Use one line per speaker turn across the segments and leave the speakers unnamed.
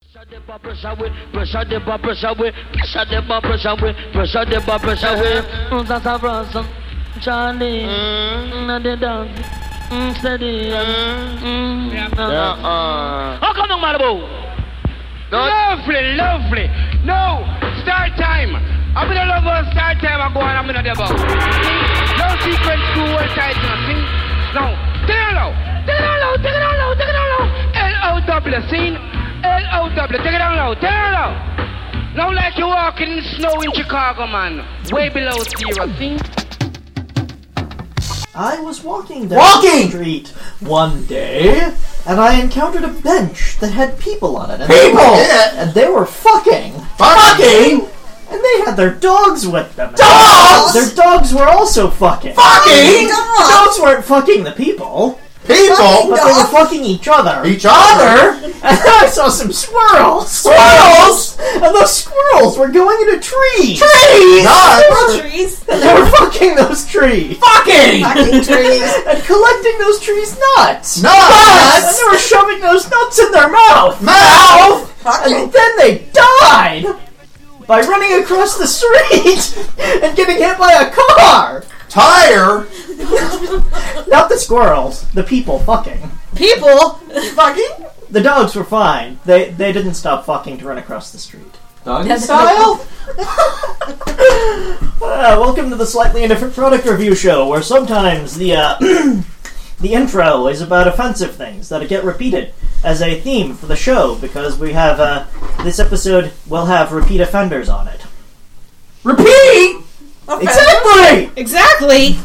Pressure the bar, pressure with, pressure the bar, pressure with, pressure the bar, pressure with, pressure the bar, pressure with. Mm, That's a ransom, Charlie. Not the dog. Mm, Steady. Mm, uh-uh.
Uh-uh.
How come, young Malibu?
Lovely, lovely. No, start time. I'm gonna love her start time and go on, I'm gonna debug. No sequence to one tight nothing. No, take it out low. Take it out low, take it out low, take it out low. L-O-W, scene. L-O-W, take it out low, take it out low. Now like you're walking in snow in Chicago, man. Way below zero, see?
I was walking down
Walking!
the street one day, and I encountered a bench that had people on it. And
People!
They were, and they were fucking!
Fucking!
And they had their dogs with them.
Dogs!
Their dogs were also fucking!
Fucking!
The dogs weren't fucking the people, but
People!
they were fucking each other.
Each other!
and I saw some squirrels!
Squirrels!
And those squirrels were going into trees!
Trees! Nuts!
trees.
And they were fucking those trees!
Fucking!
Fucking trees.
And collecting those trees nuts! And
Nuts!
they were shoving those nuts in their mouth!
Mouth!
And then they died! By running across the street and getting hit by a car!
Tire!
Not the squirrels, the people fucking.
People.
Fucking? The dogs were fine. They they didn't stop fucking to run across the street.
Doggy
That's
style?
Uh, welcome to the slightly indifferent product review show, where sometimes the uh, the intro is about offensive things that get repeated as a theme for the show because we have uh, this episode will have repeat offenders on it.
Repeat!
Exactly.
Exactly.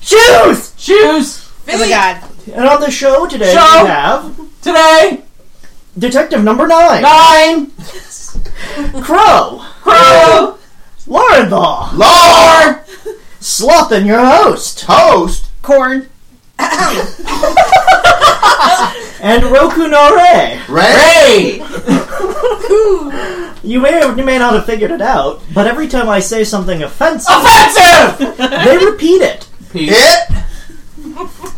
Choose.
Choose
Oh my god.
And on the show today
Show.
we have
today!
Detective Number Nine,
Nine!
Crow,
Crow!
Larenthal,
Lord!
Sloth, and your host,
Toast!
Corn.
and Roku no Rei.
Ray!
You may or you may not have figured it out, but every time I say something offensive,
Offensive!
they repeat it.
It?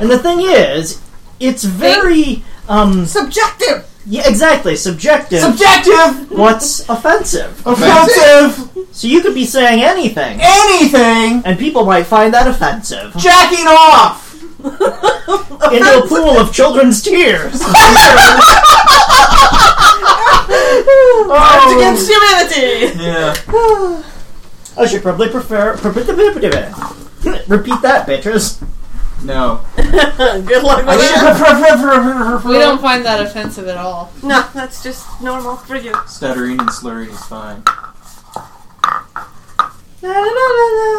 And the thing is, it's very um
Subjective.
yeah, exactly subjective.
Subjective!
what's offensive?
Offensive!
So you could be saying anything,
Anything!
and people might find that offensive.
Jacking off!
Into a pool of children's tears. Oh.
Crimes against
Um,
humanity.
Yeah.
I should probably prefer repeat that, bitches.
No.
Good luck with that.
We don't find that offensive at all.
No, that's just normal for you.
Stuttering and slurring is fine.
Uh,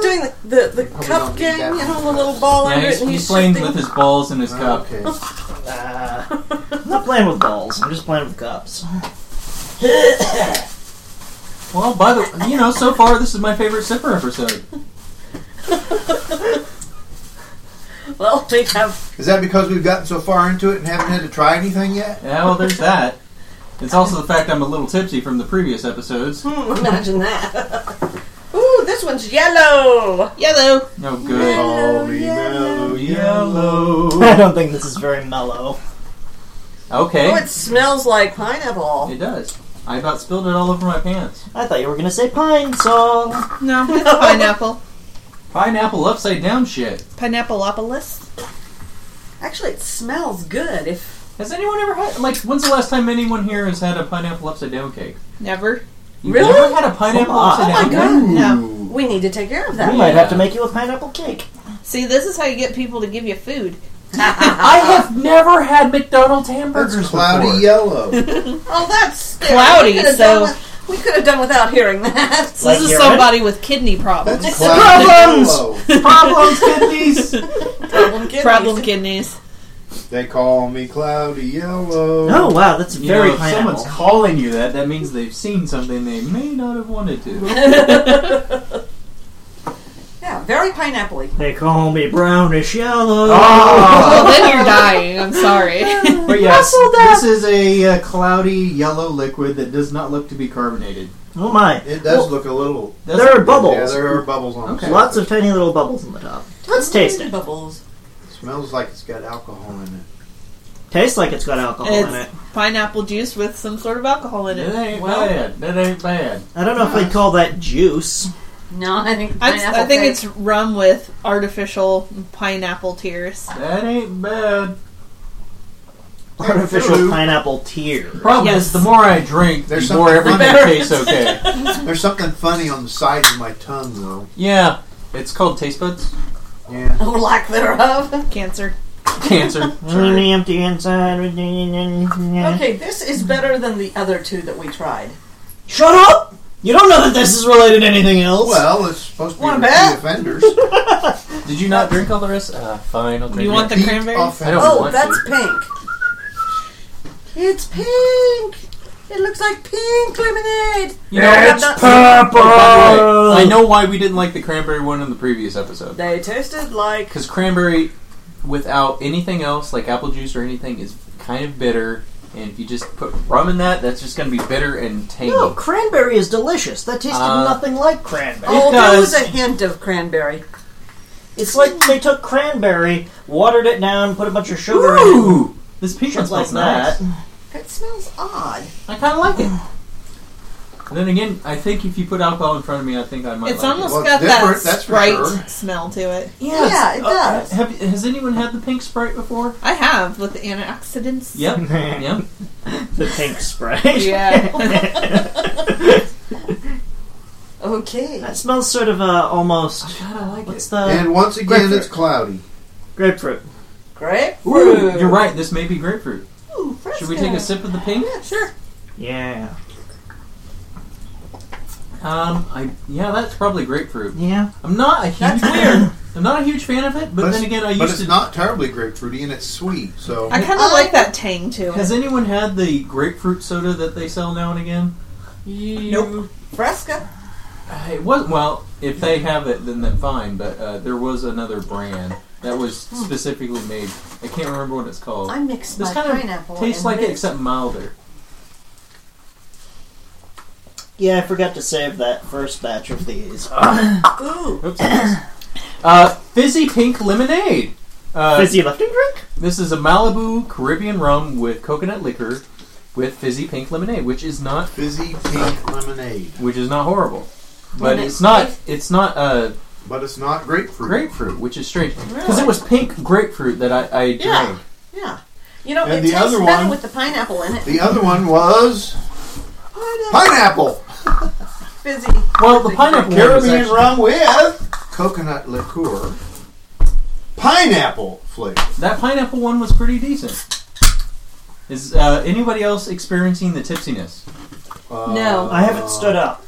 Doing the the, the cup gang, you know, the little ball
Yeah,
under
he's,
it, and
he's playing
shifting.
with his balls in his cup.
Oh, Okay.
Uh, I'm not playing with balls. I'm just playing with cups.
Well, by the you know, so far this is my favorite Sipper episode.
Well, they have.
Is that because we've gotten so far into it and haven't had to try anything yet?
Yeah, well, there's that. It's also the fact I'm a little tipsy from the previous episodes.
Hmm, imagine that. Ooh, this one's yellow.
Yellow.
No Oh, good.
Call me mellow
I
Yellow.
don't think this is very mellow.
Oh,
Okay.
it smells like pineapple.
It does. I about spilled it all over my pants.
I thought you were gonna say pine song.
No, it's pineapple.
Pineapple upside down shit.
Pineappleopolis.
Actually, it smells good. If
Has anyone ever had like? When's the last time anyone here has had a pineapple upside down cake?
Never.
You've
Really?
never had a pineapple
Oh my-
upside
oh my
down cake?
god,
No.
we need to take care of
We
that.
might have to make you a pineapple cake.
See, this is how you get people to give you food.
I have never had McDonald's hamburgers
That's cloudy
before.
yellow.
Oh, that's
Cloudy,
we could've
so-
done with- we could have done without hearing that.
this
Like here,
is
right?
somebody with kidney problems.
That's cloudy
Problems!
yellow.
Problems, kidneys.
problem kidneys.
Problem kidneys.
They call me cloudy yellow.
Oh wow, that's
You
very
know, if
pineapple.
someone's calling you that, that means they've seen something they may not have wanted to.
Yeah, very pineapple
They call me brownish yellow.
Ah.
Well, then you're dying. I'm sorry.
But yes, this is a uh, cloudy yellow liquid that does not look to be carbonated.
Oh my.
It does look a little.
Does
There
it?
are bubbles.
Yeah, there are bubbles on
Okay.
it.
Lots of tiny little bubbles on the top. Let's taste it.
Bubbles.
Smells like it's got alcohol in it.
Tastes like it's got alcohol in it.
It's pineapple juice with some sort of alcohol in
It
it.
ain't
Well-
bad. It ain't bad.
I don't know if I'd call that juice.
No, I think
I,
pineapple
I think
pig.
it's rum with artificial pineapple tears.
That ain't bad.
Artificial
True.
pineapple tear.
Problem
Yes.
is, the more I drink,
There's
the more
something
everything tastes okay.
There's something funny on the sides of my tongue, though.
Yeah, it's called taste buds.
Yeah.
Or lack thereof.
Cancer.
Cancer.
Only empty inside.
Mm-hmm.
Okay.
Okay, this is better than the other two that we tried.
Shut up! You don't know that this is related to anything else.
Well, it's supposed to be
Wanna
repeat
bet?
offenders. Mm-hmm.
Did you not drink all the rest? Uh, fine, I'll drink
You want
it.
the
Repeat
cranberry?
offenders.
I don't
Oh,
want
that's
to.
pink. It's pink. It looks like pink lemonade.
You know,
It's
that's-
purple.
Uh,
By the way, I know why we didn't like the cranberry one in the previous episode.
They tasted like
Because cranberry, without anything else, like apple juice or anything, is kind of bitter. And if you just put rum in that, that's just going to be bitter and tangy.
No, cranberry is delicious. That tasted
Uh,
nothing like cranberry.
oh, there was
does.
a hint of cranberry.
It's like they took cranberry, watered it down, put a bunch of sugar in it.
Ooh! This peach one
Shit like
smells nice.
that.
It smells odd.
I kind of like it. And then again, I think if you put alcohol in front of me, I think I might
It's
like
almost
Well,
got that
different, that's for
Sprite
sure.
smell to it.
it. Yeah,
Yeah, it
uh,
does.
have- has anyone had the pink Sprite before?
I have with the antioxidants.
Yep.
Mm.
yep.
The pink Sprite.
Yeah.
Uh,
Okay.
That smells sort of uh, almost.
God, I like
What's
it.
the
and once again,
grapefruit.
it's cloudy.
grapefruit?
Grapefruit.
Ooh, you're right. This may be grapefruit.
Ooh,
Should we take a sip of the pink?
Yeah, sure.
Yeah,
Um, I yeah, that's probably grapefruit.
yeah.
I'm not a huge
That's weird.
I'm not a huge fan of it, but,
But
then
it's-
again, I
But
used
it's
to.
not terribly grapefruity, and it's sweet. So
I kind of like that tang to it.
Has anyone had the grapefruit soda that they sell now and again?
Nope. Fresca.
Uh, It was well, if they have it, then then fine. But uh, there was another brand that was specifically made. I can't remember what it's called.
I mixed
This
my
kind of
pineapple. and
Tastes like it,
this.
except milder.
Yeah, I forgot to save that first batch of these.
Ooh.
Oops. uh, fizzy pink lemonade. Uh,
Fizzy lifting drink?
This is a Malibu Caribbean rum with coconut liquor with fizzy pink lemonade, which is not
fizzy pink lemonade,
which is not horrible. But
Lemon-
it's not it's not uh,
but it's not grapefruit.
grapefruit, which is strange because
Really?
it was pink grapefruit that I, I drank.
Yeah.
Yeah.
You know,
And
it
the
tastes
other
better
one-
with the pineapple in it.
The other one was
Pineapple.
pineapple.
Busy.
Well, the pineapple one was
Caribbean
actually-
rum with coconut liqueur, pineapple flavor.
that pineapple one was pretty decent. Is uh, anybody else experiencing the tipsiness?
Uh,
No.
I haven't stood up.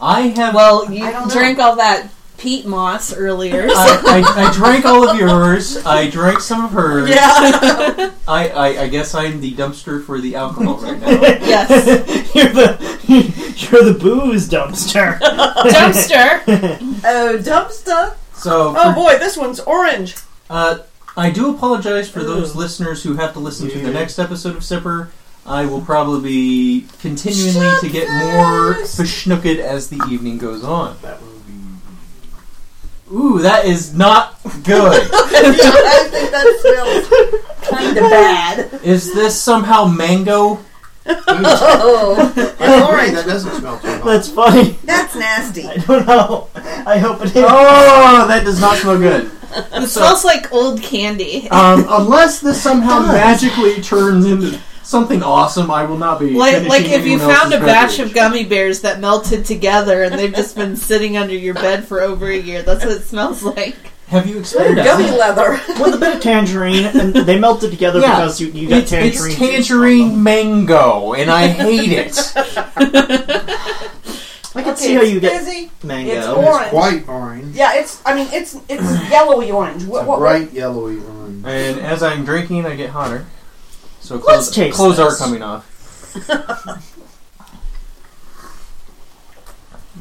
I have.
Well, you
I don't know.
drank all that peat moss earlier.
I, I, I drank all of yours. I drank some of hers.
Yeah.
I, I, I guess I'm the dumpster for the alcohol right
Oh.
now.
yes.
you're the you're the booze dumpster.
Dumpster.
oh, dumpster.
So
Oh boy, this one's orange.
Uh, I do apologize for those listeners who have to listen to the
Yeah.
next episode of Sipper. I will probably be continually to get more besnooked as the evening goes on.
That would be
Ooh, that is not good.
I think that smells kind of bad.
is this somehow mango?
Oh,
I agree, that doesn't smell too hot.
That's funny.
that's nasty.
I don't know. I hope it is.
Oh, that does not smell good.
It smells like old candy.
Um, unless this somehow magically turns into something awesome, I will not be.
Like,
finishing
like if you
anyone
found a
else's
batch
beverage.
of gummy bears that melted together and they've just been sitting under your bed for over a year. That's what it smells like.
Have you experienced
Gummy leather.
With a bit of tangerine, and they melted together
Yeah.
because you, you got
It's,
tangerine.
it's
juice
tangerine mango, and I hate it.
from it. I can see how you get
Busy.
mango.
It's orange.
White orange.
Yeah, it's. I mean, it's
Mm.
it's yellowy orange. What?
It's a
what
bright yellowy orange.
And as I'm drinking, I get hotter. So
Let's
clothes,
taste
clothes are
this.
coming off.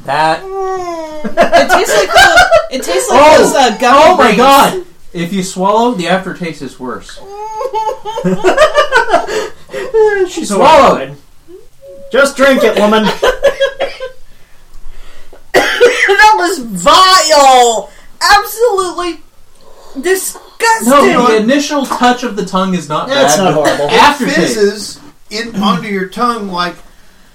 that.
It tastes like the, it tastes like
Oh!
those uh, gummy
Oh my
rings.
god! If you swallow, the aftertaste is worse.
She
swallowed.
Just drink it, woman.
that was vile. Absolutely disgusting. disgusting.
No, the initial touch of the tongue is not
That's
bad.
not
but
horrible.
the Aftertaste.
fizzes in
Mm-hmm.
onto your tongue like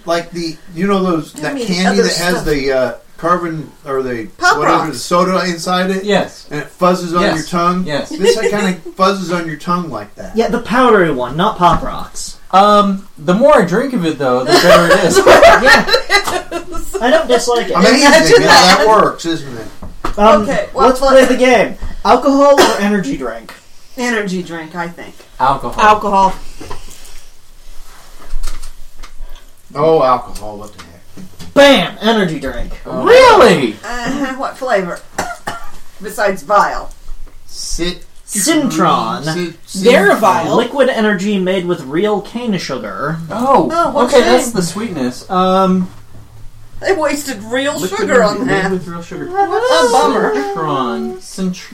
like the you know those that
I mean,
candy
other
that has
stuff.
the uh, carbon or the
Pop
whatever
Rocks.
the soda inside it,
Yes.
and it fuzzes on
Yes.
your tongue.
Yes.
This kind of fuzzes on your tongue like that.
Yeah, the powdery one, not Pop Rocks.
Um, the more I drink of it, though, the better it is.
I don't dislike it.
Amazing
Imagine
how
that.
that works, isn't it?
Um,
Okay, well,
let's play the game. Alcohol or energy drink?
Energy drink, I think.
Alcohol.
Alcohol.
Oh, alcohol! What the heck?
Bam! Energy drink.
Really?
Mm-hmm.
Uh, what flavor? Besides vile.
Sit.
Syntron.
Sit-
They're vile.
Liquid energy made with real cane sugar.
Oh.
Oh, what
okay,
shame.
that's the sweetness. Um,
They wasted real
liquid
sugar on
with-
that.
With real sugar.
What a bummer.
Citron. Cint-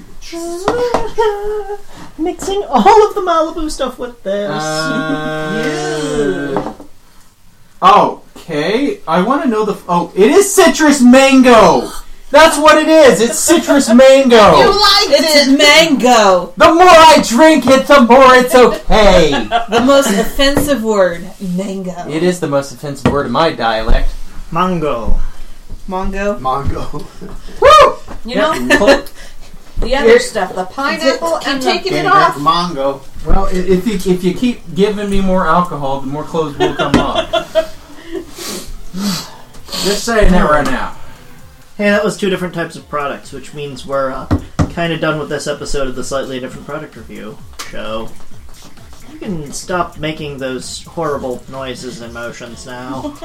Mixing all of the Malibu stuff with this.
Uh, oh, okay. I want to know the. Oh, it is citrus mango. That's what it is. It's citrus mango.
liked
It's mango.
The more I drink it, the more it's okay.
The most offensive word. Mango.
It is the most offensive word in my dialect.
Mango.
Mongo.
Mongo.
You know, the other stuff, the pineapple and taking
Can't
it
drink
off.
Mongo.
Well, i- if you, if you keep giving me more alcohol, the more clothes will come off. Just saying that right now.
Hey, that was two different types of products, which means we're uh, kind of done with this episode of the Slightly Different Product Review show. You can stop making those horrible noises and motions now.